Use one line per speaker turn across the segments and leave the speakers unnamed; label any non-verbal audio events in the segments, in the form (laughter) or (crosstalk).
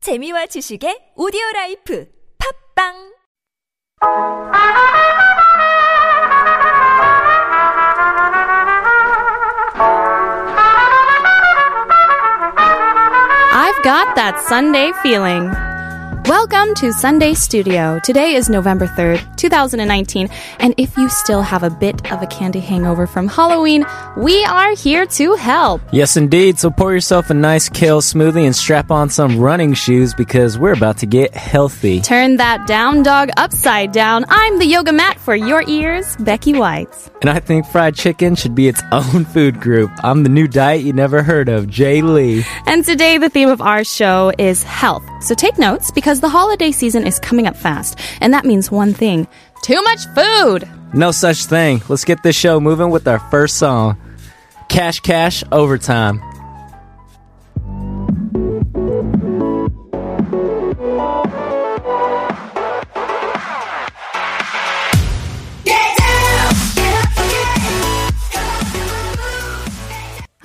재미와 지식의 오디오 라이프 팝빵
I've got that Sunday feeling. Welcome to Sunday Studio. Today is November 3rd, 2019, and if you still have a bit of a candy hangover from Halloween, we are here to help.
Yes, indeed. So pour yourself a nice kale smoothie and strap on some running shoes because we're about to get healthy.
Turn that down dog upside down. I'm the yoga mat for your ears, Becky White.
And I think fried chicken should be its (laughs) own food group. I'm the new diet you never heard of, Jay Lee.
And today, the theme of our show is health. So take notes because the holiday season is coming up fast, and that means one thing too much food.
No such thing. Let's get this show moving with our first song Cash Cash Overtime.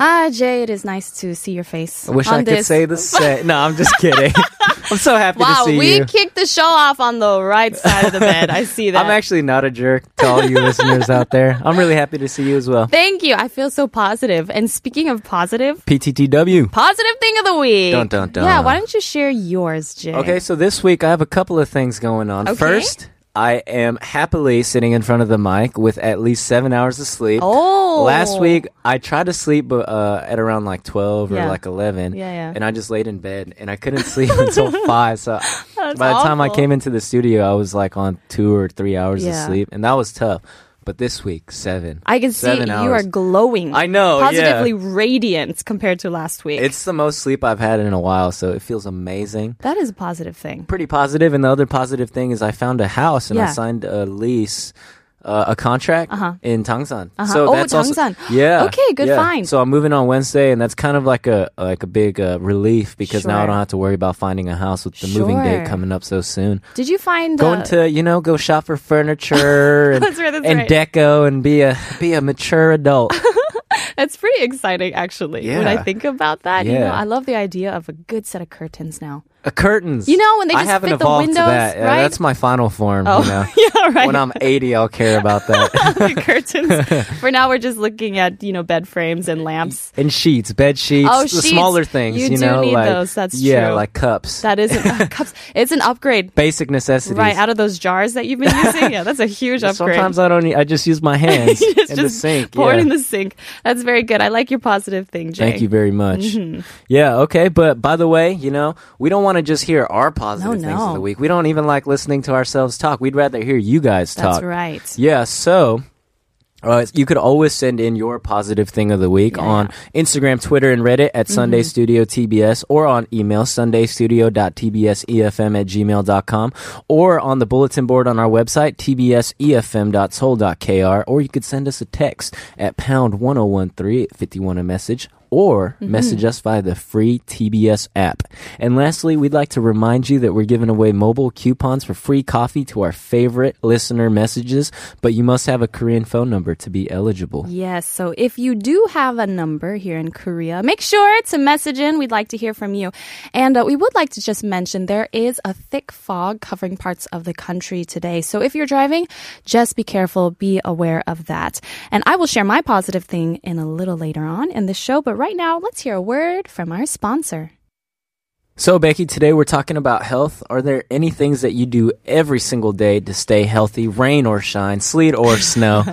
Ah, Jay, it is nice to see your face.
I wish
on
I could
this.
say the
(laughs)
set. No, I'm just kidding. (laughs) I'm so happy
Wow,
to see
we
you.
kicked the show off on the
(laughs)
right side of the bed. I see that.
I'm actually not a jerk to all you listeners out there. I'm really happy to see you as well.
Thank you. I feel so positive. And speaking of positive,
PTTW.
positive thing of the week.
Dun, dun, dun.
Yeah, why don't you share yours, Jay?
Okay, so this week I have a couple of things going on.
Okay.
First, I am happily sitting in front of the mic with at least seven hours of sleep.
Oh.
Last week I tried to sleep but, uh, at around like twelve
Yeah.
or like eleven.
Yeah, yeah.
And I just laid in bed and I couldn't
(laughs)
sleep until five. So by the time I
awful.
came into the studio, I was like on two or three hours of
Yeah.
sleep, and that was tough. But this week, seven.
I can see
Seven
you are
hours.
glowing.
I know,
Positively
yeah.
radiant compared to last week.
It's the most sleep I've had in a while, so it feels amazing.
that is a positive thing.
pretty positive. And the other positive thing is I found a house and I
Yeah. Uh-huh.
signed a lease, uh, a contract in Tangsan.
Oh,
also-
Tangsan.
yeah.
Okay, good
yeah.
find.
So I'm moving on Wednesday, and that's kind of like a like a big uh, relief because now I
Sure.
don't have to worry about finding a house with the moving
Sure.
date coming up so soon.
Did you find
Going
uh,
to you know go shop for
(laughs)
furniture and,
That's right, that's
and
right.
deco and be a be a mature
(laughs)
adult.
It's pretty exciting, actually. When I
Yeah.
think about that, you know,
Yeah.
I love the idea of a good set of curtains now. (laughs)
Uh, curtains.
You know, when they
I
just
haven't
fit the
evolved
windows,
to that. Yeah,
right?
that's my final form.
Oh, (laughs)
You know?
yeah, right.
When I'm 80, I'll care about that.
(laughs) the
(laughs)
curtains. For now, we're just looking at you know bed frames and lamps.
and sheets, bed sheets,
Oh,
the
sheets.
smaller things.
You
You,
do
know,
need
like
those, that's
yeah,
true.
like cups,
That isn't uh, cups. It's an (laughs) upgrade,
basic necessities.
right? Out of those jars that
(laughs)
you've been using, yeah, that's a huge upgrade.
Sometimes I don't. Need, I just
(laughs)
use my hands
You
in
just,
the
just
sink.
pour it in
yeah.
the sink. That's very good. I like your positive thing, Jay.
Thank you very much.
Mm-hmm.
Yeah, okay. But by the way, you know, we don't want to just hear our positive
No,
things
no.
of the week. We don't even like listening to ourselves talk. We'd rather hear you guys
That's
talk.
right.
Yeah, so uh, you could always send in your positive thing of the week on Instagram, Twitter, and Reddit at Sunday Studio TBS or on email sundaystudio.tbsefm E at gmail.com or on the bulletin board on our website E tbsefm.soul.kr or you could send us a text at pound 1013 51 a message or message us via the free TBS app. And lastly, we'd like to remind you that we're giving away mobile coupons for free coffee to our favorite listener messages, but you must have a Korean phone number to be eligible.
Yes, so if you do have a number here in Korea, make sure to message in. We'd like to hear from you. And uh, we would like to just mention there is a thick fog covering parts of the country today. So if you're driving, just be careful, be aware of that. And I will share my positive thing in a little later on in the show, but right now, let's hear a word from our sponsor.
So, Becky, today we're talking about health. Are there any things that you do every single day to stay healthy, rain or shine, sleet or
(laughs)
snow?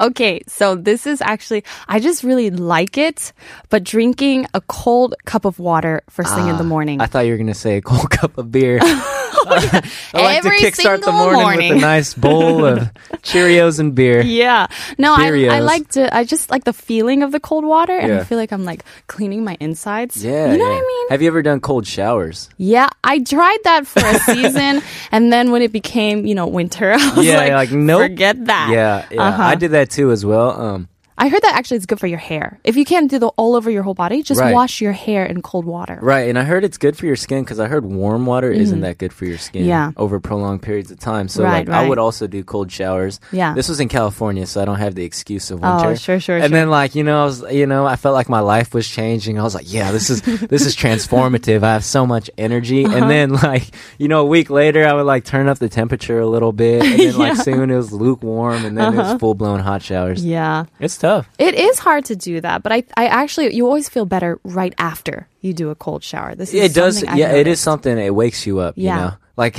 Okay, so this is actually, I just really like it, but drinking a cold cup of water first thing in the morning.
I thought you were going to say a cold (laughs) cup of
(laughs)
beer. (laughs) I like
Every
to kickstart the
single
morning,
morning.
with a nice bowl
(laughs)
of Cheerios and beer.
Yeah. No, I, I
Cheerios.
like to, I just like the feeling of the cold water and I
Yeah.
feel like I'm like cleaning my insides.
Yeah.
You know
yeah.
what I mean?
Have you ever done
(laughs)
cold showers?
Yeah. I tried that for a
(laughs)
season and then when it became, you know, winter, (laughs) I was
yeah,
like,
like, nope.
forget that.
Yeah, yeah.
Uh-huh.
I did that too as well. Um,
I heard that actually it's good for your hair. If you can't do the all over your whole body, just
Right.
wash your hair in cold water.
Right, and I heard it's good for your skin because I heard warm water isn't that good for your skin
Mm. Yeah.
over prolonged periods of time. So
Right,
like I
right.
would also do cold showers.
Yeah.
This was in California, so I don't have the excuse of
Oh,
winter.
sure, sure,
And
sure.
then like, you know, I was you know, I felt like my life was changing. I was like,
(laughs)
Yeah, this is this is transformative. I have so much energy.
Uh-huh.
And then like, you know, a week later I would like turn up the temperature a little bit and then
(laughs)
like soon it was lukewarm and then it was
Uh-huh.
full blown hot showers.
Yeah.
It's tough.
It is hard to do that, but I, I actually, you always feel better right after you do a cold shower. This is
it does
something I've
yeah it is
noticed.
something it wakes you up
Yeah.
you know like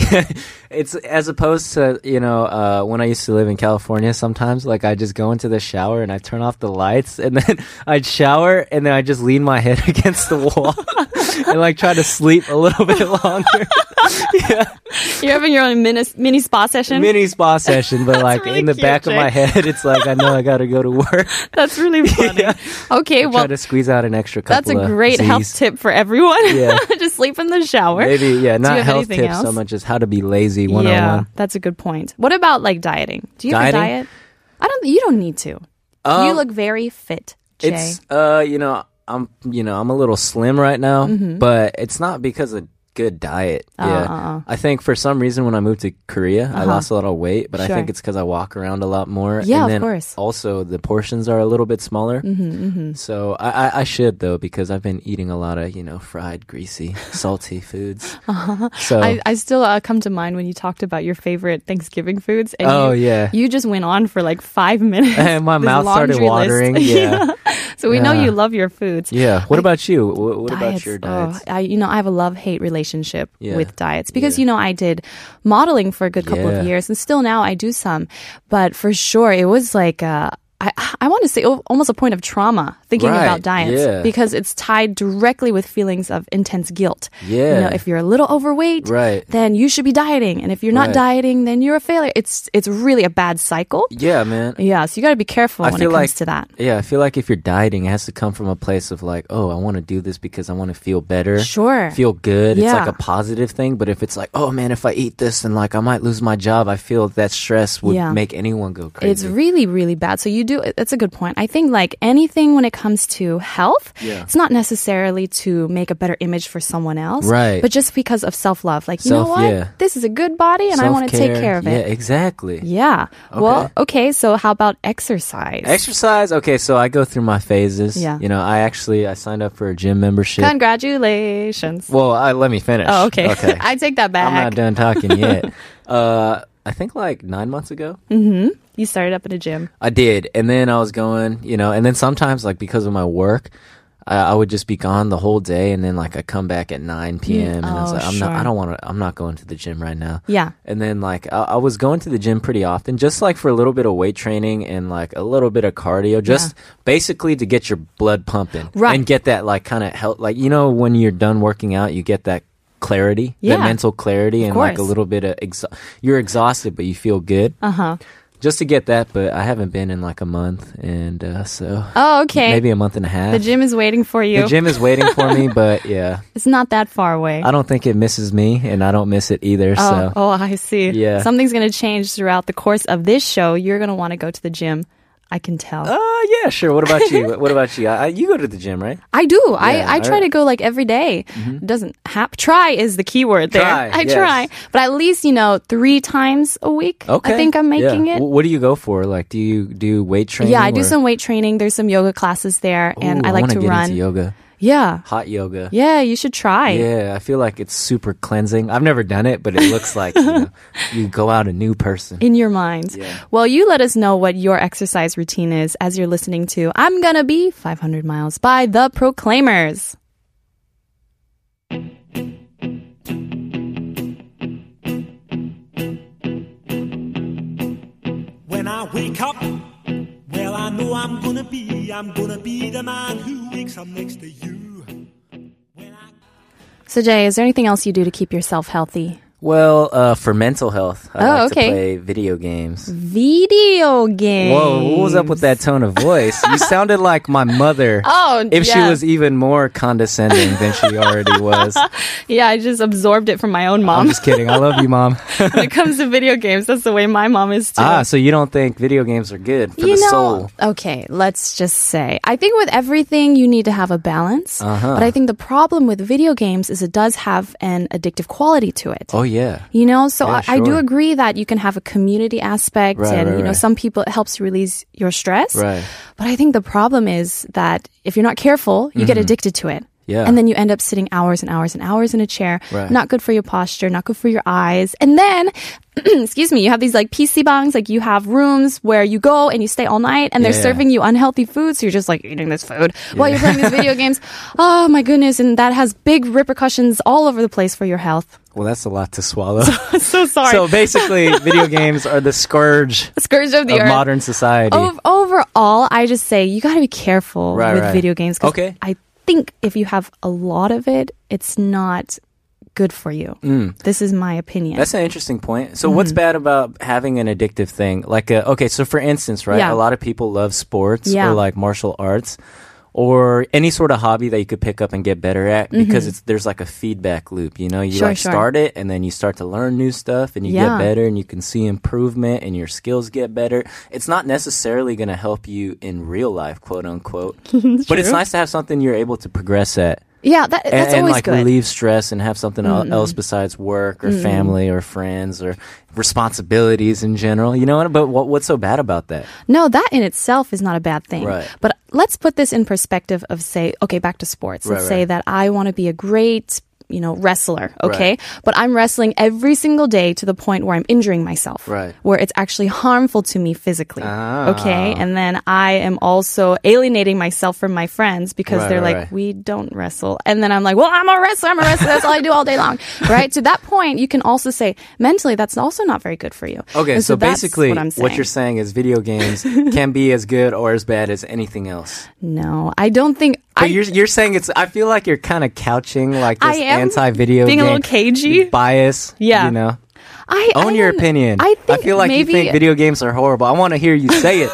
(laughs) it's as opposed to you know uh, when i used to live in california sometimes like i just go into the shower and i turn off the lights and (laughs) then i'd shower and then i just lean my head (laughs) against the wall and like try to sleep a little bit
(laughs)
longer
You're having your own mini, mini spa session.
mini spa session but like
really
in the
cute,
back of my
Jay.
head it's like i know i gotta go to
(laughs)
work
That's really funny.
(laughs)
Okay,
try
well,
to squeeze out an extra couple
that's a
of
great health
Zs.
tip for everyone.
Yeah.
(laughs) Just sleep in the shower.
maybe oh yeah
Do you
not
have
health
anything
tips so
else?
much as how to be lazy 101
Yeah, that's a good point. What about like dieting? Do you
Dieting? Um,
ever diet? I don't. You don't need to. you look very fit, Jay.
It's uh, you know, I'm you know, I'm a little slim right now,
Mm-hmm.
but it's not because of good diet.
Uh,
yeah. I think for some reason when I moved to Korea, I lost a lot of weight, but I
Uh-huh. Sure.
think it's cuz I walk around a lot more
Yeah, of
and then
course. Mm-hmm,
also the portions are a little bit smaller. So I, I I should though because I've been eating a lot of, you know, fried, greasy, salty
(laughs)
foods. So
Uh-huh. I, I still uh, come to mind when you talked about your favorite Thanksgiving foods. And
Oh,
you,
yeah.
you just went on for like five (laughs) minutes.
And (laughs) my
This
mouth started
laundry list. (laughs)
watering, yeah.
so we know you
Yeah.
love your foods.
yeah. What about you? What, what
Diets,
about your
oh,
diets?
I, you know, I have a love hate relationship
Yeah.
with diets because, you know, I did modeling for a good couple of
Yeah.
years and still now I do some. But for sure, it was like, uh, I, I want to say al- almost a point of trauma thinking
Right,
about diets
yeah.
because it's tied directly with feelings of intense guilt. You know,
Yeah.
if you're a little overweight,
Right.
then you should be dieting. And if you're not
Right.
dieting, then you're a failure. It's, it's really a bad cycle.
Yeah, man.
Yeah. So you got to be careful when it comes to that.
Yeah, I feel like if you're dieting, it has to come from a place of like, oh, I want to do this because I want to feel better.
Sure.
Feel good. It's
Yeah.
like a positive thing. But if it's like, oh man, if I eat this and like I might lose my job, I feel that stress would
Yeah.
make anyone go crazy.
It's really, really bad. So you do. That's a good point. I think like anything when it comes to health,
Yeah.
it's not necessarily to make a better image for someone else,
Right.
But just because of self love, like you know
Self-
what,
yeah.
this is a good body, and I want to take care
Self-care.
of it.
Yeah, exactly.
Yeah. Well, okay. So how about exercise?
Exercise. Okay, so I go through my phases.
Yeah.
You know, I actually I signed up for a gym membership.
Congratulations.
well, I, let me finish.
Oh, okay. (laughs)
Okay.
I take that back.
I'm not done talking yet.
(laughs)
uh, I think like nine months ago.
You started up in a gym.
I did, and then I was going, you know, and then sometimes like because of my work, I, I would just be gone the whole day, and then like I come back at nine p.m. and I was
Oh,
like, I'm not,
sure.
I don't want to, I'm not going to the gym right now.
Yeah.
And then like I, I was going to the gym pretty often, just like for a little bit of weight training and like a little bit of cardio, just basically to get your blood pumping,
Right.
And get that like kind of help, like you know when you're done working out, you get that. Clarity,
Yeah.
that mental clarity, and like a
course.
little bit of exa- you're exhausted, but you feel good
Uh huh.
just to get that, but I haven't been in like a month, and uh, so
Oh, okay.
maybe a month and a half.
the gym is waiting for you.
The gym is waiting for me, (laughs) but yeah,
It's not that far away.
I don't think it misses me, and I don't miss it either.
Oh,
so
oh, I see.
Yeah.
Something's going to change throughout the course of this show. You're going to want to go to the gym. I can tell.
uh, yeah, sure. What about you? what about you? I, I- you go to the gym, right?
I do.
yeah,
I, I try
I- Mm-hmm.
to go like every day. Doesn't hap Try is the key word there.
Try,
(laughs) I
yes.
try. But at least, you know, three times a week.
Okay,
I think I'm
yeah.
making it.
Wh- what do you go for? Like, do you do weight training?
yeah, I do
or-
some weight training. There's some yoga classes there,
Ooh,
and I like
wanna
to
get
run.
Into yoga,
Yeah.
hot yoga.
Yeah, you should try.
Yeah, I feel like it's super cleansing. I've never done it, but it looks like
(laughs)
you, know, you go out a new person.
In your mind.
Yeah.
Well, you let us know what your exercise routine is as you're listening to I'm Gonna Be 500 Miles by The Proclaimers.
When I wake up, well, I know I'm gonna be, I'm gonna be the man who wakes up next to you. When I
So, Jay, is there anything else you do to keep yourself healthy?
Well, uh, for mental health, I
Oh,
like
okay.
to play video games.
Video games.
Whoa, what was up with that tone of voice? You sounded like my mother.
(laughs) Oh,
if she
yeah.
was even more condescending than she already
(laughs)
was.
Yeah, I just absorbed it from my own
I'm
(laughs) mom.
just kidding. I love you,
(laughs)
mom.
when it comes to video games, that's the way my mom is too.
ah, so you don't think video games are good for the soul?
okay, let's just say I think with everything you need to have a balance.
Uh-huh.
But I think the problem with video games is it does have an addictive quality to it.
Oh yeah.
You know, so
Yeah,
I, I do
sure.
agree that you can have a community aspect,
Right,
and
right,
you know,
right.
some people it helps release your stress.
Right.
But I think the problem is that if you're not careful, you get addicted to it.
Mm-hmm. Yeah.
And then you end up sitting hours and hours and hours in a chair.
Right.
Not good for your posture, not good for your eyes. And then, (clears throat) excuse me, you have these like PC bongs, like you have rooms where you go and you stay all night and they're
Yeah.
serving you unhealthy food. So you're just like eating this food while you're playing these
(laughs)
video games. Oh my goodness. And that has big repercussions all over the place for your health.
Well, that's a lot to swallow.
so (laughs) sorry.
so basically, video games are the scourge
Scourge of the earth.
of modern society.
Ov- overall, I just say you got to be careful
Right,
with
right.
video games. 'cause
Okay.
I think if you have a lot of it, it's not good for you. This is my opinion.
Mm. That's an interesting point. So, what's
Mm-hmm.
bad about having an addictive thing? Like, uh okay, so for instance, right,
Yeah.
a lot of people love sports
Yeah.
or like martial arts or any sort of hobby that you could pick up and get better at because it's there's like a feedback loop. You know, you
Mm-hmm. Sure,
like
sure.
start it and then you start to learn new stuff and you
Yeah.
get better and you can see improvement and your skills get better. It's not necessarily going to help you in real life, quote
(laughs)
unquote, but it's nice to have something you're able to progress at
yeah, that,
and,
that's
and,
always
like
good. Mm-hmm.
relieve stress and have something el- else besides work or family or friends or responsibilities in general. You know what? But what, what's so bad about that?
No, that in itself is not a bad thing.
Right.
But let's put this in perspective of say, okay, back to sports. Let's say
Right,
that
right.
I want to be a great you know, wrestler, okay?
Right.
But I'm wrestling every single day to the point where I'm injuring myself.
Right. Ah.
Where it's actually harmful to me physically. Okay. And then I am also alienating myself from my friends because
Right,
they're like,
right, right.
we don't wrestle. And then I'm like, well, I'm a wrestler. I'm a wrestler. That's all I do all day
(laughs)
long. Right. to that point, you can also say mentally, that's also not very good for you.
Okay,
And
so,
that's
basically,
what, I'm saying.
you're saying is video
(laughs)
games can be as good or as bad as anything else.
No, I don't think I
But you're you're saying it's. I feel like you're kind of couching like
I
this
am
anti-video
being a
game
little cagey.
bias.
Yeah.
you know.
I I
Own your
don't-
opinion.
I think
feel like
maybe
you think video games are horrible. I want to hear you say it.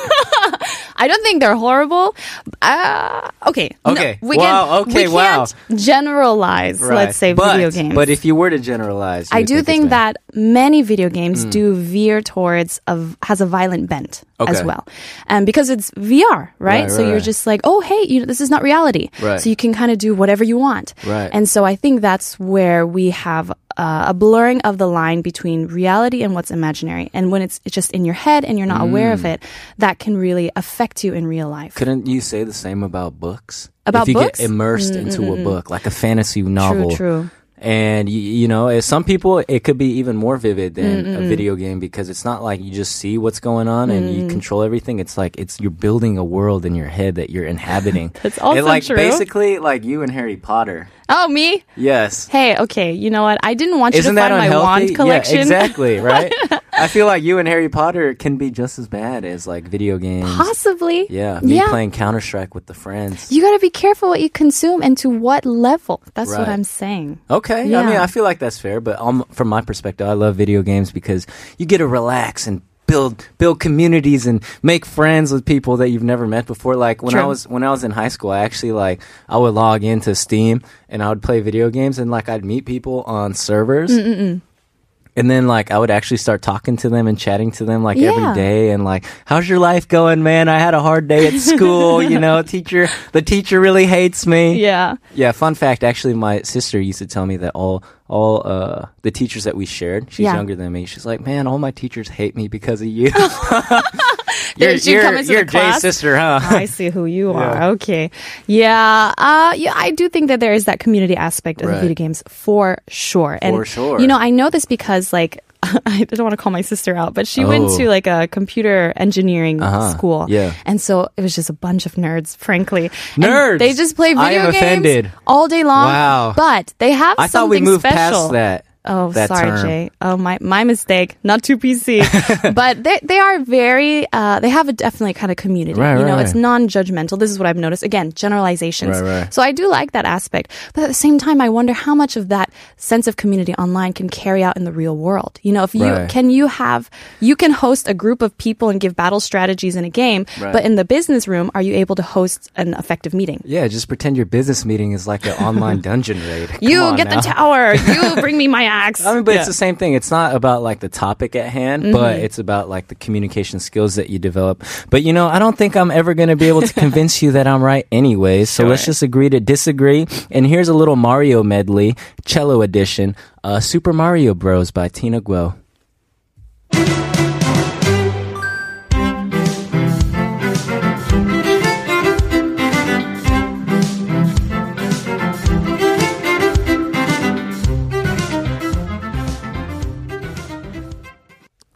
I don't think they're horrible. Uh, okay. no,
Okay.
we
Wow,
Can,
okay,
we
wow.
Can't generalize. (laughs) Let's say
But-
video games.
But if you were to generalize, you
I
would
do
it's Mm.
think that
bad.
many video games do veer towards of has a violent bent as
Okay.
well, and because it's VR, right?
Right,
so
right,
you're
right.
just like, oh hey, you know, this is not reality,
Right.
so you can kind of do whatever you want,
Right.
And so I think that's where we have uh, a blurring of the line between reality and what's imaginary, and when it's it's just in your head and you're not aware
Mm.
of it, that can really affect you in real life.
Couldn't you say the same about books?
About
if you
books? Mm-hmm,
get immersed into a book, like a fantasy novel.
true.
And you, you know, eh, some people it could be even more vivid than a video game because it's not like you just see what's going on and
Mm.
you control everything. It's like it's you're building a world in your head that you're inhabiting.
(laughs) That's also
it, like,
true.
Basically, like you and Harry Potter.
oh me.
Yes.
Hey, okay, you know what? I didn't want (laughs) you
Isn't
to
that
find my wand
unhealthy?
collection.
Yeah, exactly. Right. I feel like you and Harry Potter can be just as bad as like video games.
(laughs) Possibly.
Yeah, me playing Counter Strike with the friends.
You got to be careful what you consume and to what level. That's what
Right.
I'm
(laughs)
saying.
Okay, I mean,
Yeah.
I feel like that's fair, but um, from my perspective, I love video games because you get to relax and build build communities and make friends with people that you've never met before. Like when I
True.
was when I was in high school, I actually like I would log into Steam and I would play video games and like I'd meet people on servers.
Mm,
And then, like, I would actually start talking to them and chatting to them, like,
Yeah.
every day. And, like, how's your life going, man? I had a hard day at
(laughs)
school, you know, teacher, the teacher really hates me.
Yeah.
Yeah, fun fact. Actually, my sister used to tell me that all all uh, the teachers that we shared. She's
Yeah.
younger than me. She's like, man, all my teachers hate me because of
(laughs)
you. (laughs)
There she comes to the
you're
class.
Jay's sister, huh?
I see who you are. Okay. Yeah. Uh, yeah. I do think that there is that community aspect of the
Right.
video games for sure.
For sure.
You know, I know this because like. (laughs) I don't want to call my sister out, but she went
Oh.
to like a computer engineering
Uh-huh.
school.
Yeah.
And so it was just a bunch of nerds, frankly. And
Nerds!
they just play
I
video
am
games
offended.
all day long.
Wow.
But they have
(laughs) I thought we
something
moved
special.
past that.
Oh,
that
sorry,
term.
Jay. Oh, my my mistake. Not too
(laughs)
PC, but they they are very. Uh, they have a definitely kind of community.
Right,
you know,
right,
it's
right.
non-judgmental. This is what I've noticed. Again, generalizations.
Right, right.
So I do like that aspect, but at the same time, I wonder how much of that sense of community online can carry out in the real world. You know, if you
Right.
can you have you can host a group of people and give battle strategies in a game,
Right.
but in the business room, are you able to host an effective meeting?
Yeah, just pretend your business meeting is like an
(laughs)
online dungeon raid. Come
You
on
get
now.
the
(laughs)
tower. You bring me my axe.
I mean, but it's the same thing. It's not about like the topic at hand,
Mm-hmm.
but it's about like the communication skills that you develop. But you know, I don't think I'm ever going to be able
(laughs)
to convince you that I'm right anyway. So let's just agree to disagree. And here's a little Mario medley, cello edition, uh, Super Mario Bros. by Tina Guo.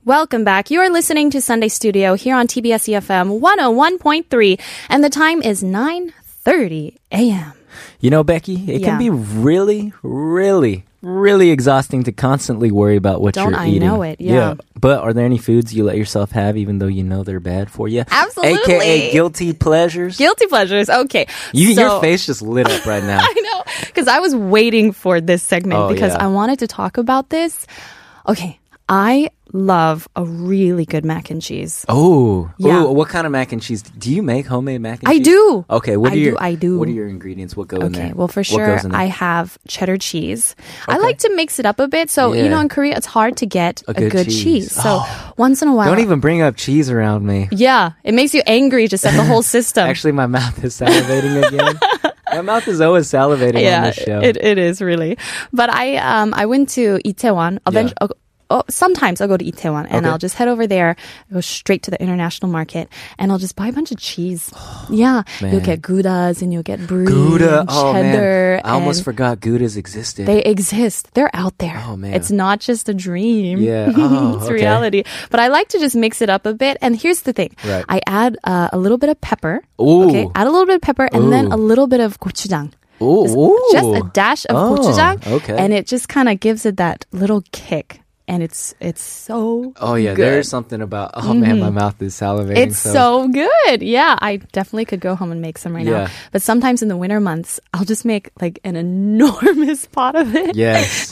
Welcome back. You are listening to Sunday Studio here on TBS EFM 101.3 and the time is 9:30 a.m.
You know, Becky, it
Yeah.
can be really, really, really exhausting to constantly worry about what
Don't
you're
I
eating.
know it, yeah.
But are there any foods you let yourself have even though you know they're bad for you?
Absolutely.
AKA guilty pleasures.
Guilty pleasures. Okay.
you,
So-
your face just lit up right
(laughs)
now.
I know cuz I was waiting for this segment
Oh,
because I
yeah.
wanted to talk about this. Okay. I love a really good mac and cheese.
Oh,
Yeah.
Ooh, what kind of mac and cheese? Do you make homemade mac and
I
cheese?
do.
Okay, what
I
are your
do, I do.
What are your ingredients? What go in
Okay,
there?
well, for
What
sure,
goes in there?
I have cheddar cheese. I like to mix it up a bit. So, you
Yeah.
know, in Korea, it's hard to get a,
good
cheese.
cheese.
So,
(gasps)
once in a while.
Don't even bring up cheese around me.
Yeah, it makes you angry just at the
(laughs)
whole system.
Actually, my mouth is
(laughs)
salivating again. my mouth is always salivating on
yeah,
this show.
it, it is really. But I um I went to Itaewon. Eventually,
Yeah.
oh, sometimes I'll go to Itaewon and
Okay.
I'll just head over there, go straight to the international market, and I'll just buy a bunch of
(gasps)
cheese. yeah, you'll
Man.
get goudas and you'll get brie,
Gouda.
and
Oh
cheddar.
man, I almost
and
forgot Gouda's existed.
They exist. They're out there.
Oh, man.
it's not just a dream. (laughs)
yeah, oh,
it's
okay.
reality. But I like to just mix it up a bit. And here's the thing:
Right.
I add uh, a little bit of pepper.
Ooh.
Okay, add a little bit of pepper and then a
Ooh.
little bit of gochujang.
Ooh,
Just,
ooh.
just a dash of
Oh,
gochujang,
okay.
and it just kind of gives it that little kick, and it's it's so
Oh yeah,
good. Mm-hmm.
there's something about. Oh man, my mouth is salivating.
it's so good. Yeah, I definitely could go home and make some right
Yeah.
now. But sometimes in the winter months, I'll just make like an (laughs) enormous pot of it.
Yes.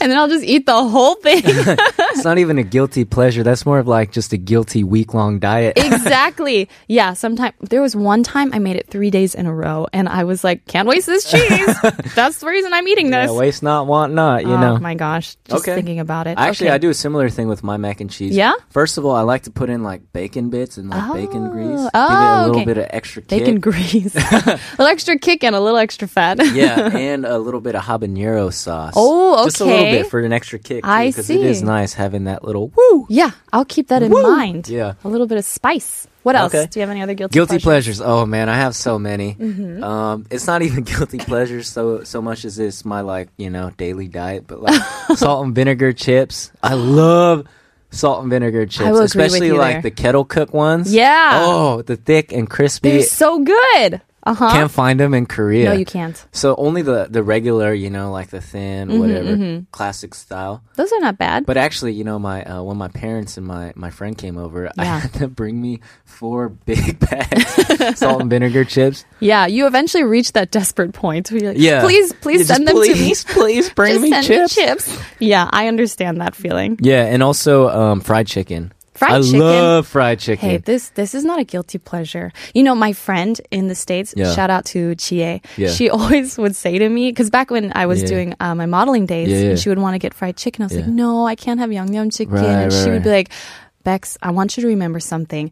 (laughs) And then I'll just eat the whole thing.
(laughs) it's not even a guilty pleasure. That's more of like just a guilty week long diet.
exactly. Yeah. Sometimes there was one time I made it three days in a row, and I was like, "Can't waste this
(laughs)
cheese." That's the reason I'm eating
Yeah,
this.
waste not, want not. You
oh
know.
my gosh! Just thinking about it. Okay.
Actually, I do a similar thing with my mac and cheese.
Yeah?
First of all, I like to put in like bacon bits and like bacon grease. Give it
Oh,
a little
okay.
bit of extra kick.
Bacon
(laughs)
grease, (laughs) a little extra kick and a little extra fat.
yeah, and a little bit of habanero sauce.
Oh,
Just a little
okay.
bit for an extra kick.
I
because it is
see.
nice having that little woo.
(laughs) Yeah, I'll keep that in mind.
Yeah.
a little bit of spice. What else?
Okay.
Do you have any other guilty?
Guilty
pleasures?
pleasures. Oh man, I have so many.
Mm-hmm.
Um, it's not even (laughs) guilty pleasures so so much as it's my like you know daily diet.
(laughs)
But like salt and vinegar chips. I love salt and vinegar chips,
will agree with
especially
you
like
there.
the kettle cook ones.
Yeah.
Oh, the thick and crispy.
They're so good. Uh huh.
Can't find them in Korea.
No, you can't.
So only the the regular, you know, like the thin,
Mm-hmm,
whatever, classic style.
Those are not bad.
But actually, you know, my uh, when my parents and my, my friend came over, I
Yeah.
had to bring me four (laughs)
(laughs)
big bags salt and vinegar chips.
yeah, you eventually reach that desperate point where you're like,
Yeah,
please, please
Yeah, just
send them to me.
please, Please bring
Just
me
send
chips.
me chips. Yeah, I understand that feeling.
Yeah, and also um, fried chicken.
Fried
I
chicken?
love fried chicken.
Hey, this this is not a guilty pleasure. You know, my friend in the states,
Yeah.
shout out to Chie.
Yeah.
She (laughs) always would say to me because back when I was
Yeah.
doing uh, my modeling days,
Yeah, yeah.
and she would want to get fried chicken. I was like,
Yeah.
no, I can't have yangnyeom chicken.
Right,
and
right,
she would be
right.
like, Bex, I want you to remember something.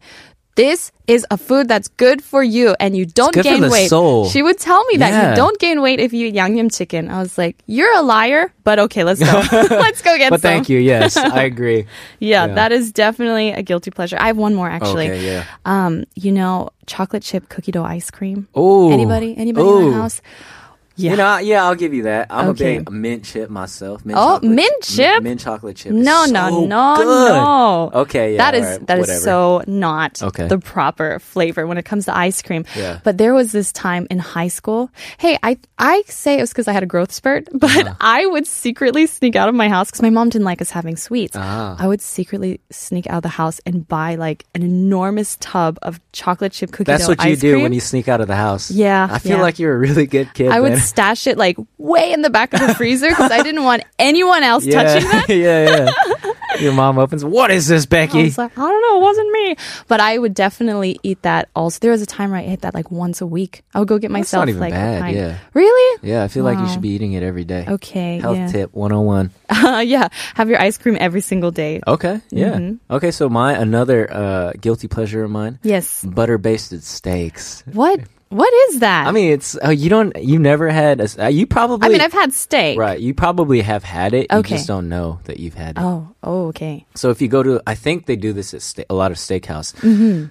This is a food that's good for you, and you don't
good for
gain
the
weight.
soul.
She would tell me that you
Yeah.
don't gain weight if you eat yangnyeom chicken. I was like, you're a liar, but okay, let's
(laughs)
go. (laughs) let's go get
but
some.
thank you.
(laughs)
Yes, I agree.
Yeah,
Yeah.
that is definitely a guilty pleasure. I have one more actually. uh,
Okay, yeah.
Um, you know, chocolate chip cookie dough ice cream.
Ooh.
Anybody? Anybody in
Ooh.
the house?
You know, I- yeah, I'll give you that. I'm
Okay.
a big mint chip myself. Mint
Oh,
chocolate
mint
chi-
chip?
Mint, mint chocolate chip. is
No, no,
so
no,
good.
no.
Okay, yeah,
that is
all right,
that is so
whatever.
not
Okay.
the proper flavor when it comes to ice cream.
Yeah.
But there was this time in high school. Hey, I I say it was because I had a growth spurt, (laughs) but
Uh-huh.
I would secretly sneak out of my house because my mom didn't like us having sweets.
Ah.
I would secretly sneak out of the house and buy like an enormous tub of chocolate chip cookie
That's
dough
what
ice
you do
cream.
when you sneak out of the house.
Yeah,
I feel
yeah.
like you're a really good kid.
I would
(laughs) then.
stash it like way in the back of the freezer because I didn't
(laughs)
want anyone else touching that.
yeah, yeah. Your mom opens. What is
(laughs)
this,
I
Becky?
was like, I don't know, it wasn't me. But I would definitely eat that also. There was a time where I ate that like once a week. I would go get
That's
myself
not even
like a
bad,
pint.
yeah.
Really?
yeah, I feel like you
Wow.
should be eating it every day.
Okay. yeah.
Health tip
(laughs)
101.
yeah. Have your ice cream every single day.
Okay. Yeah.
Mm-hmm.
Okay. So my another uh, guilty pleasure of mine.
Yes.
Butter basted steaks.
What what is that?
I mean, it's oh, you don't you never had a s- uh, you probably
I mean I've had steak.
right you probably have had it.
Okay.
You just don't know that you've had it.
Oh, oh, okay.
So if you go to, I think they do this at ste a lot of steakhouse.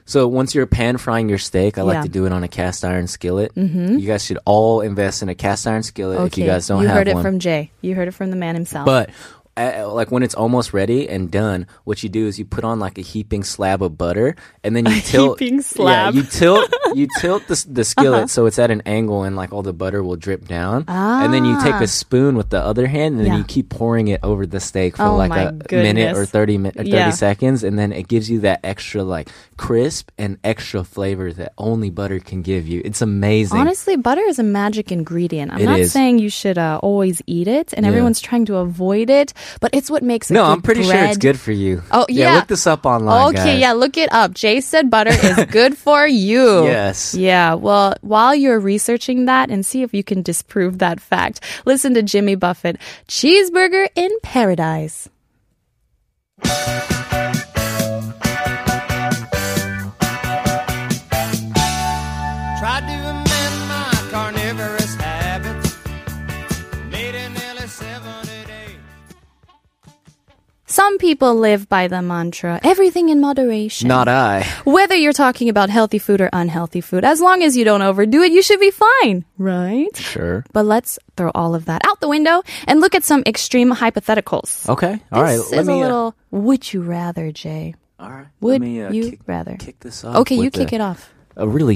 So once you're pan frying your steak, I like
Mm-hmm. Yeah. Mm-hmm.
to do it on a cast iron skillet. You guys should all invest in a cast iron skillet
Okay.
if you guys don't have
heard it
one.
from Jay. You heard it from the man himself.
but uh, like when it's almost ready and done, what you do is you put on like a heaping slab of butter, and
(laughs)
then you tilt.
heaping slab. Uh-huh.
Yeah, you tilt. you
(laughs)
tilt the s- the skillet so it's at an angle, and like all the butter will drip down. And then you take a spoon with the other hand, and
Ah.
then
Yeah.
you keep pouring it over the steak for
Oh
like
my
a minute or
goodness.
thirty min- or thirty
Yeah.
seconds, and then it gives you that extra like crisp and extra flavor that only butter can give you. It's amazing.
Honestly, butter is a magic ingredient. I'm
It
not
is.
saying you should uh, always eat it, and
Yeah.
everyone's trying to avoid it. But it's what makes it.
no, I'm pretty sure it's
bread.
good for you.
Oh, yeah.
look this up online.
Okay,
guys.
yeah, look it up. Jay said butter is good for you.
(laughs) Yes.
Yeah, well, while you're researching that and see if you can disprove that fact, listen to Jimmy Buffett, Cheeseburger in Paradise.
Tried to amend my carnivorous habits. Made an early seven today.
Some people live by the mantra, everything in moderation.
Not I.
Whether you're talking about healthy food or unhealthy food, as long as you don't overdo it, you should be fine, right?
Sure.
But let's throw all of that out the window and look at some extreme hypotheticals.
Okay. All right.
this
Let
is
me.
a
uh,
little would you rather, Jay?
all right.
Would
let me, uh,
you
kick,
rather?
kick this off?
Okay, you
with
kick
a,
it off.
A really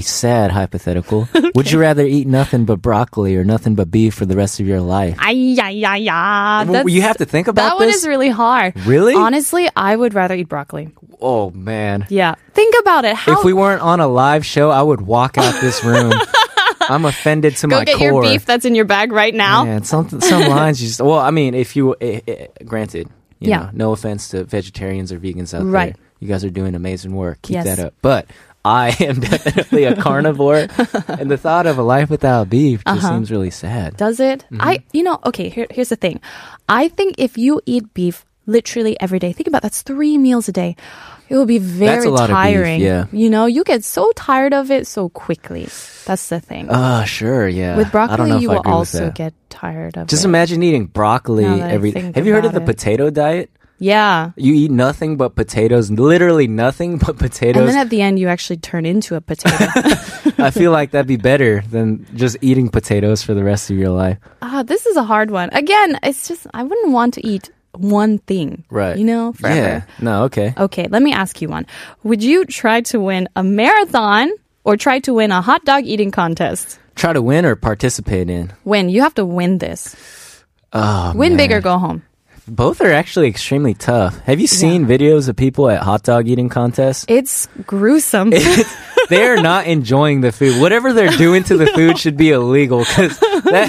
(laughs)
sad hypothetical. Would you rather eat nothing but broccoli or nothing but beef for the rest of your life?
Ay, yeah, yeah, yeah.
Well, you have to think
Uh, that
about
one
this.
is really hard.
Really?
Honestly, I would rather eat broccoli.
oh man.
Yeah. Think about it. How
If we weren't on a live show, I would walk out this room.
(laughs)
I'm offended to
go
my
get
core.
your beef that's in your bag right now?
Man, some some lines you just. Well, I mean, if you eh, eh, granted, you
Yeah.
know, no offense to vegetarians or vegans out
Right.
there, you guys are doing amazing work.
Yes.
Keep that up. But I (laughs) am definitely a carnivore, and the thought of a life without beef just
Uh-huh.
seems really sad.
Does it? I
Mm-hmm.
you know, okay, here, here's the thing. I think if you eat beef literally every day, think about that's 3 meals a day. It will be very
That's a lot of beef,
tiring.
yeah.
You know, you get so tired of it so quickly. That's the thing.
Uh, sure, yeah.
With
I don't
broccoli,
know if
you will
I agree with
also
that.
get tired of it.
Just imagine eating broccoli
Now that I
every.
think
Have you heard of the
about it.
potato diet?
yeah.
You eat nothing but potatoes, literally nothing but
And
potatoes.
then at the end, you actually turn into a potato.
(laughs) I feel like that'd be better than just eating potatoes for the rest of your life.
ah, this is a hard one. Again, it's just, I wouldn't want to eat one thing.
Right.
You know, forever.
Yeah. No, okay.
Okay, let me ask you one. Would you try to win a marathon or try to win a hot dog eating contest?
try to win or participate in.
Win. You have to win this.
Oh,
Win
man.
big or go home.
Both are actually extremely tough. Have you seen videos of people at hot dog eating
(laughs)
contests?
It's gruesome.
(laughs) they are not enjoying the food. Whatever they're doing to the food should be illegal.
(laughs)
Because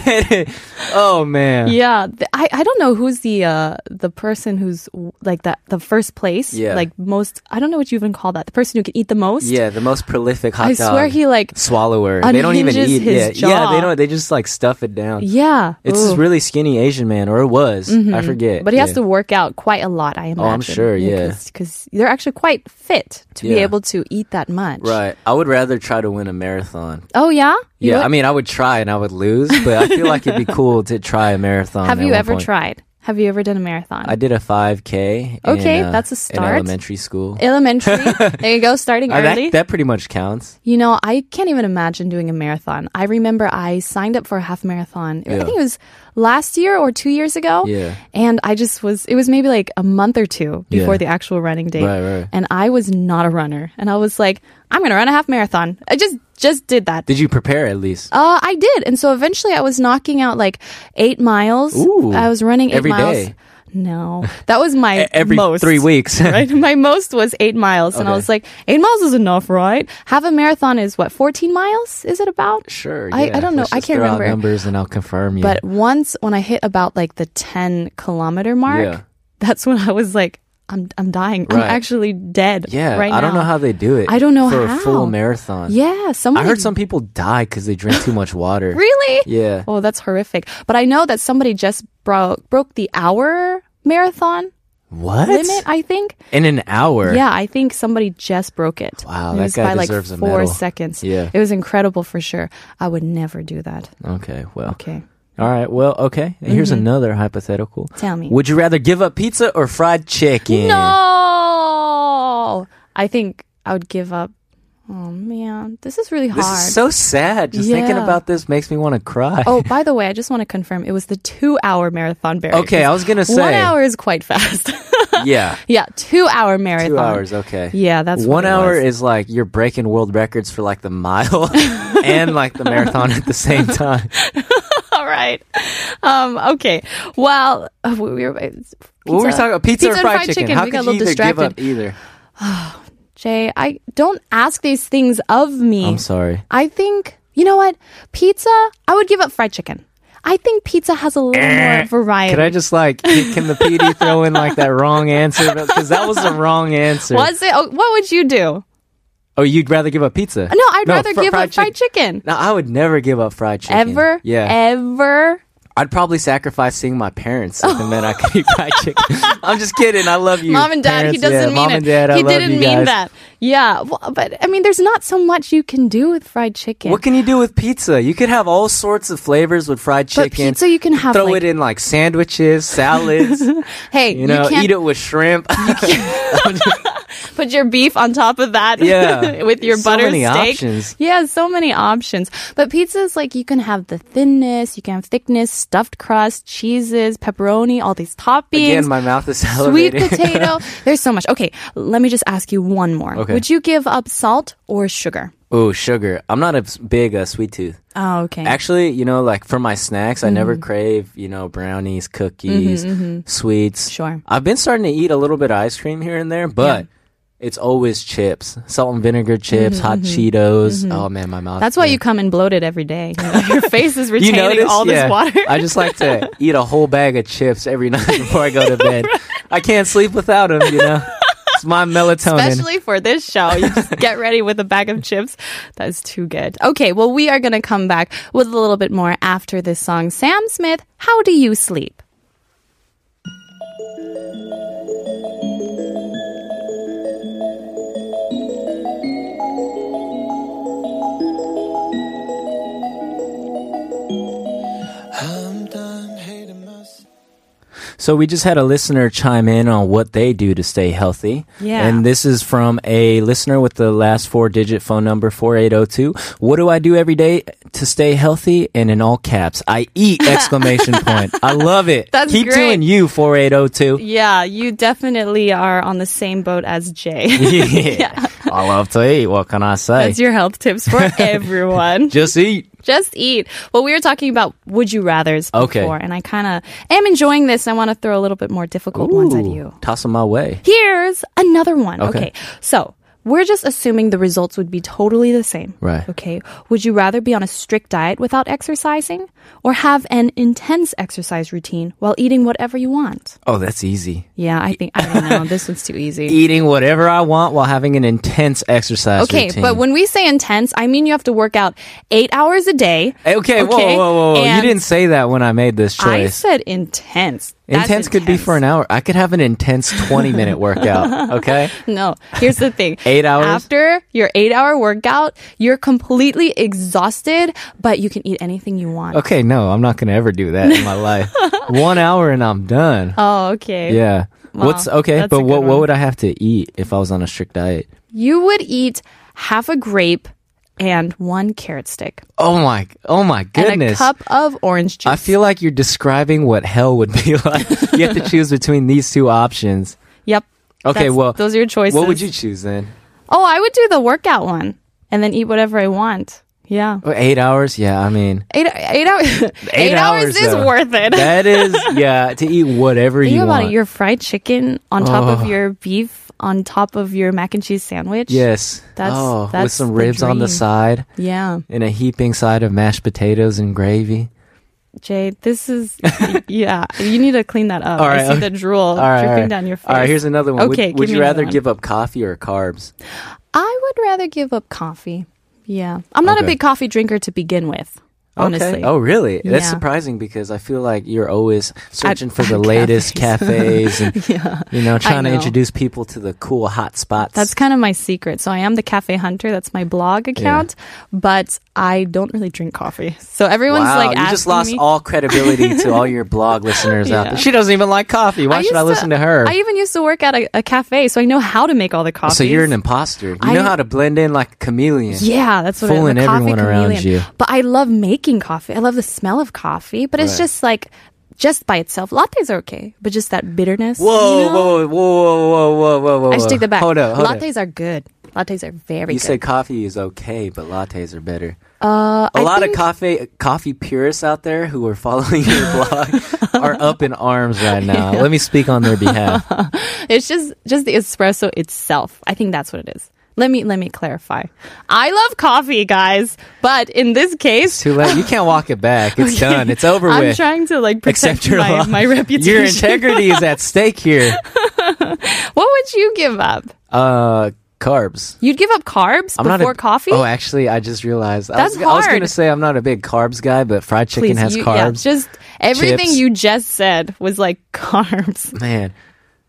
that, (laughs) oh man,
yeah, th- I, I don't know who's the uh the person who's w- like that the first place
Yeah.
like most I don't know what you even call that the person who can eat the most
yeah, the most prolific hot
I
dog.
swear he, like,
swallower. They don't even
unhinges
eat. yeah,
his
yeah,
jaw.
they don't. They just like stuff it down.
yeah
It's
Ooh. Mm-hmm.
this really skinny Asian man, or it was. I forget.
But he has
Yeah.
to
Oh,
work out quite a lot, I imagine.
I'm sure, yeah.
Because they're actually quite fit to be
Yeah.
able to eat that much.
Right. I would rather try to win a marathon.
Oh, yeah? You
yeah,
would-
I mean, I would try and I would lose, but I feel like it'd be cool to try a marathon.
have
at
you
one
ever
point.
tried? Have you ever done a marathon?
I did a 5K.
Okay,
in, uh,
that's a
in
start.
elementary school. (laughs)
Elementary. there you go, starting
Uh,
early.
that, that pretty much counts.
You know, I can't even imagine doing a marathon. I remember I signed up for a half marathon. I
Yeah.
think it was last year or two years ago.
Yeah.
And I just was, it was maybe like a month or two before
Yeah.
the actual running date.
Right, right.
And I was not a runner. And I was like, I'm going to run a half marathon. I just, just did that.
Did you prepare at least?
Uh, I did. And so eventually I was knocking out like eight miles.
Ooh.
I was running eight
Every
miles.
day?
No, that was my
E- Every
Uh, most.
three
(laughs)
weeks.
right? My most was eight miles. And I
Okay.
was like, eight miles is enough, right? Half a marathon is what, 14 miles? Is it about?
(laughs) Sure.
I,
yeah.
I don't know.
Let's
I
just
can't
throw out
remember.
numbers and I'll confirm you.
But once when I hit about like the 10 kilometer mark,
Yeah.
that's when I was like, I'm, I'm dying. I'm
Right.
actually dead.
yeah,
Right
I don't
now.
know how they do it.
I don't know
for
how.
a full marathon.
Yeah. Someone
I heard some people die because they drink too much water.
(laughs) Really?
Yeah.
Oh, that's horrific. But I know that somebody just broke broke the hour marathon
What?
limit. I think.
In an hour?
Yeah, I think somebody just broke it. it
Wow, that
was
guy
by like
deserves a
four
medal.
seconds.
Yeah.
it was incredible for sure. I would never do that.
Okay. Well.
Okay.
All right. Well. Okay. Here's another hypothetical.
Mm-hmm. Tell me.
Would you rather give up pizza or fried chicken?
No, I think I would give up. Oh man, this is really hard.
This is so sad. Just thinking
Yeah.
about this makes me want to cry.
oh, by the way, I just want to confirm it was the two-hour marathon. Barry.
(laughs) Okay, I was
(laughs)
gonna
one
say.
hour is quite fast.
(laughs)
(laughs)
yeah.
yeah, two-hour marathon.
Two hours, okay.
Yeah, that's what
one
it
hour
was.
is like you're breaking world records for like
(laughs)
the mile (laughs) and like the marathon at the same time.
All right. Um, okay. Well, uh, we we were pizza.
What were we talking about? Pizza, or
and
fried, chicken? How
we got a little
could you either
distracted.
give up either?
Jay, I don't ask these things of me.
I'm sorry.
I think you know what? Pizza. I would give up fried chicken. I think pizza has a little more variety.
Eh, Could I just like can can the PD throw in like that wrong answer because that was the wrong answer.
Was it? Oh, what would you do?
Oh, you'd rather give up pizza?
No, I'd rather
fr-
give up fried chicken.
No, I would never give up fried chicken.
Ever?
Yeah.
Ever?
I'd probably sacrifice seeing my parents if it meant I could eat fried
(laughs)
chicken. I'm just kidding. I love you.
Mom and dad. he
parents.
doesn't
Yeah,
mean
Mom
it.
and dad, I
he
love
didn't
you
mean
guys.
that. Yeah. Well, but I mean, there's not so much you can do with fried chicken.
What can you do with pizza? You could have all sorts of flavors with fried
But
chicken.
pizza you can have,
throw
like-
it in like sandwiches,
(laughs)
salads.
hey,
You know,
can't
eat it with
(laughs)
shrimp.
put your beef on top of that
(laughs)
(laughs)
Yeah.
with your
So
butter
many
steak.
options.
Yeah, so many options. But pizza is like you can have the thinness, you can have thickness, stuffed crust, cheeses, pepperoni, all these toppings.
Again, my mouth is
Sweet
(laughs) salivating.
potato. There's so much. Okay, let me just ask you one more.
Okay.
Would you give up salt or sugar?
oh, sugar. I'm not a s- big uh, sweet tooth.
Oh, okay.
Actually, you know, like for my snacks, I
Mm-hmm.
never crave, you know, brownies, cookies, sweets.
Sure.
I've been starting to eat a little bit of ice cream here and there, but it's always chips, salt and vinegar chips, hot Cheetos. Oh man, my mouth.
Mm-hmm, That's why you come in bloated every day. You know,
(laughs)
your face is
You
retaining
notice?
all this
Yeah.
water.
I just like
(laughs)
to eat a whole bag of chips every night (laughs) before I go to bed. I can't sleep without them, you
(laughs)
know. It's my melatonin.
Especially for this show. You
(laughs)
just get ready with a bag of chips. That's too good. Okay, well, we are going to come back with a little bit more after this song. Sam Smith, How Do You Sleep?
I'm done hating myself.
So we just had a listener chime in on what they do to stay healthy.
Yeah.
And this is from a listener with the last four digit phone number 4802. What do I do every day to stay healthy? And in all caps, I eat
(laughs)
exclamation point. I love it.
That's
Keep
great.
doing you
(laughs)
4802.
Yeah, you definitely are on the same boat as Jay.
(laughs) yeah. I love to eat. What can I
(laughs)
say?
That's your health tips
(laughs)
for everyone.
just eat.
Just eat. Well, we were talking about would you rather's
Okay.
before, and I kind of am enjoying this. I want to throw a little bit more difficult ones at
Ooh,
you.
Toss them my way.
Here's another one. Okay.
Okay.
So we're just assuming the results would be totally the same.
Right.
Okay. Would you rather be on a strict diet without exercising or have an intense exercise routine while eating whatever you want?
Oh, that's easy.
Yeah, I think, I don't know. this one's too
(laughs)
easy.
Eating whatever I want while having an intense exercise
Okay,
routine.
but when we say intense, I mean you have to work out eight hours a day.
Okay, whoa,
Okay,
whoa, whoa, whoa. You
and-
didn't say that when I made this
I
choice.
said intense. That's
intense could be for an hour. I could have an intense 20
(laughs)
minute workout, okay?
No, here's the thing.
(laughs) Eight hours?
After your eight hour workout, you're completely exhausted, but you can eat anything you want.
Okay, no, I'm not going to ever do that in
(laughs)
my life. One hour and I'm done.
Oh, okay.
yeah. What's
wow,
okay,
that's a
but what
good
what
one.
would I have to eat if I was on a strict diet?
You would eat half a grape and one carrot stick
Oh my oh my
and a
goodness.
cup of orange juice.
I feel like you're describing what hell would be (laughs) like. you have to choose between these two options.
Yep. That's-
Okay, well,
those are your choices.
What would you choose then?
Oh, I would do the workout one and then eat whatever I want. Yeah.
Oh, Eight hours? Yeah, I mean,
Eight, eight, hours, (laughs) eight, hours, is
though.
worth it.
That is, yeah, to eat whatever
(laughs) Think
you
about
want.
it. Your fried chicken on top of your beef on top of your mac and cheese sandwich.
yes.
That's-
oh, with
that's
some
the
ribs on the
dream.
side
Yeah.
and a heaping side of mashed potatoes and gravy.
Jay, this is, (laughs) yeah. You need to clean that up.
All
I
right,
see
okay.
the drool
All right,
dripping
all right.
down your face.
All right, here's another one.
Okay,
would, would
give me
you rather
another one.
give up coffee or carbs?
I would rather give up coffee. Yeah. I'm not a
Okay.
big coffee drinker to begin with, honestly. (laughs)
Okay. Oh, really? That's
Yeah.
surprising because I feel like you're always searching for the
at
latest cafes,
(laughs)
and you know, trying to
know.
introduce people to the cool hot spots.
That's kind of my secret. So I am the Cafe Hunter. That's my blog account, but I don't really drink coffee. So everyone's
wow,
like
you
asking
just lost
me.
all
(laughs)
credibility to all your blog listeners out
Yeah.
there. She doesn't even like coffee. Why should I
used
listen to, her?
I even used to work at a, a cafe, so I know how to make all the coffee.
so you're an imposter. You
I-
know how to blend in like a chameleon.
yeah, that's what
fooling
I, am
everyone around you.
But I love making coffee. I love the smell of coffee, but it's
Right.
just like just by itself. Lattes are okay, but just that bitterness.
Whoa,
you know?
whoa, whoa, whoa, whoa, whoa, whoa, whoa!
I should take that back.
Hold up, hold up.
Lattes are good. Lattes are very
You
good.
say coffee is okay, but lattes are better.
uh,
A
I
lot
think-
of coffee coffee purists out there who are following
(laughs)
your blog are up in arms right now. Let me speak on their behalf.
(laughs) It's just just the espresso itself. I think that's what it is. Let me let me clarify. I love coffee, guys, but in this
It's
case,
too late. You can't walk it
(laughs)
back. It's done. It's over
I'm
with.
trying to like
Accept
protect
your
my,
life. (laughs)
my reputation.
Your integrity is at
(laughs)
stake here.
what would you give up?
Uh, carbs.
You'd give up carbs
I'm not
before
a,
coffee.
Oh, actually, I just realized. I
That's
was, I was going
hard.
to say I'm not a big carbs guy, but fried chicken
Please,
has
you- yeah,
carbs.
just everything
chips.
you just said was like (laughs) carbs.
Man.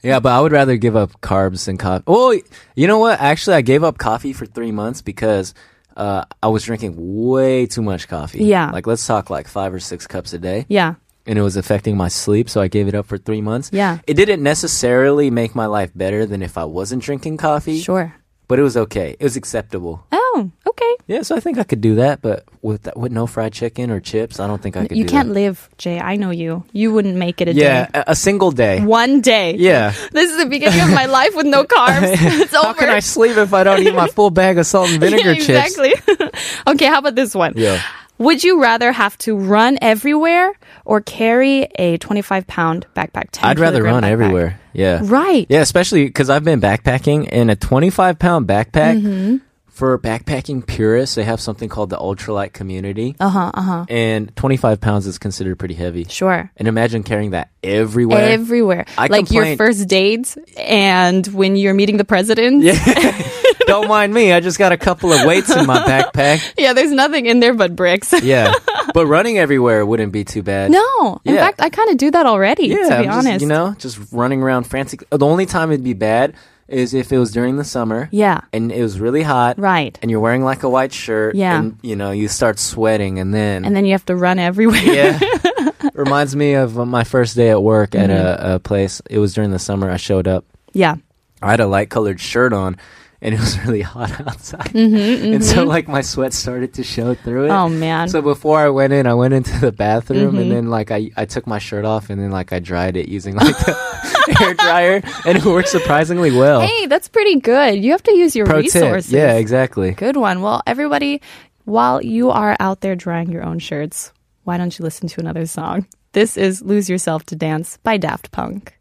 Yeah, but I would rather give up carbs than coffee. Well, you know what? Actually, I gave up coffee for three months because uh, I was drinking way too much coffee.
Yeah.
Like, let's talk like five or six cups a day.
Yeah,
And it was affecting my sleep, so I gave it up for three months.
Yeah.
It didn't necessarily make my life better than if I wasn't drinking coffee,
sure.
but it was okay. It was acceptable.
Oh, okay.
Yeah, so I think I could do that, but with that, with no fried chicken or chips, I don't think I could
You
do
can't
that.
live, Jay. I know you. You wouldn't make it a
Yeah,
day.
a, a single day.
One day.
Yeah.
This is the beginning of
(laughs)
my life with no carbs. It's over.
How can I sleep if I don't eat my full bag
(laughs)
of salt and vinegar
Yeah, exactly. okay, how about this one?
chips? Yeah.
Would you rather have to run everywhere or carry a 25 pound backpack? 10
I'd rather
kilogram
run
backpack?
everywhere. Yeah.
Right.
Yeah, especially because I've been backpacking in a 25 pound backpack.
Mm-hmm.
For backpacking purists, they have something called the ultralight community. Uh
Uh-huh,
huh, uh huh. And 25 pounds is considered pretty heavy.
Sure.
And imagine carrying that everywhere.
Everywhere.
I
like your
complained-
first dates and when you're meeting the president. Yeah.
(laughs) Don't mind me, I just got a couple of weights in
(laughs)
my backpack.
there's nothing in there but bricks. (laughs)
Yeah. But running everywhere wouldn't be too bad.
No. In
Yeah.
fact, I kind of do that already, to
Yeah,
be
I'm just,
honest.
you know, just running around frantic. The only time it'd be bad is if it was during the summer.
Yeah.
and it was really hot.
Right.
and you're wearing like a white shirt.
Yeah.
and you know you start sweating, and then
And then you have to run everywhere. (laughs)
(laughs) yeah. Reminds me of my first day at work at
Mm-hmm.
a, a place. It was during the summer. I showed up.
(laughs) yeah.
I had a light colored shirt on, and it was (laughs) really hot outside. And so, like, my sweat started to show through it.
Mm-hmm, Oh, man.
So, before I went in, I went into the bathroom,
Mm-hmm.
and then, like, I, I took my shirt off, and then, like, I dried it using, like, (laughs) the hair dryer, and it worked surprisingly well.
Hey, that's pretty good. You have to use your
Pro tip.
resources.
Yeah, exactly.
Good one. Well, everybody, while you are out there drying your own shirts, why don't you listen to another song? This is Lose Yourself to Dance by Daft Punk.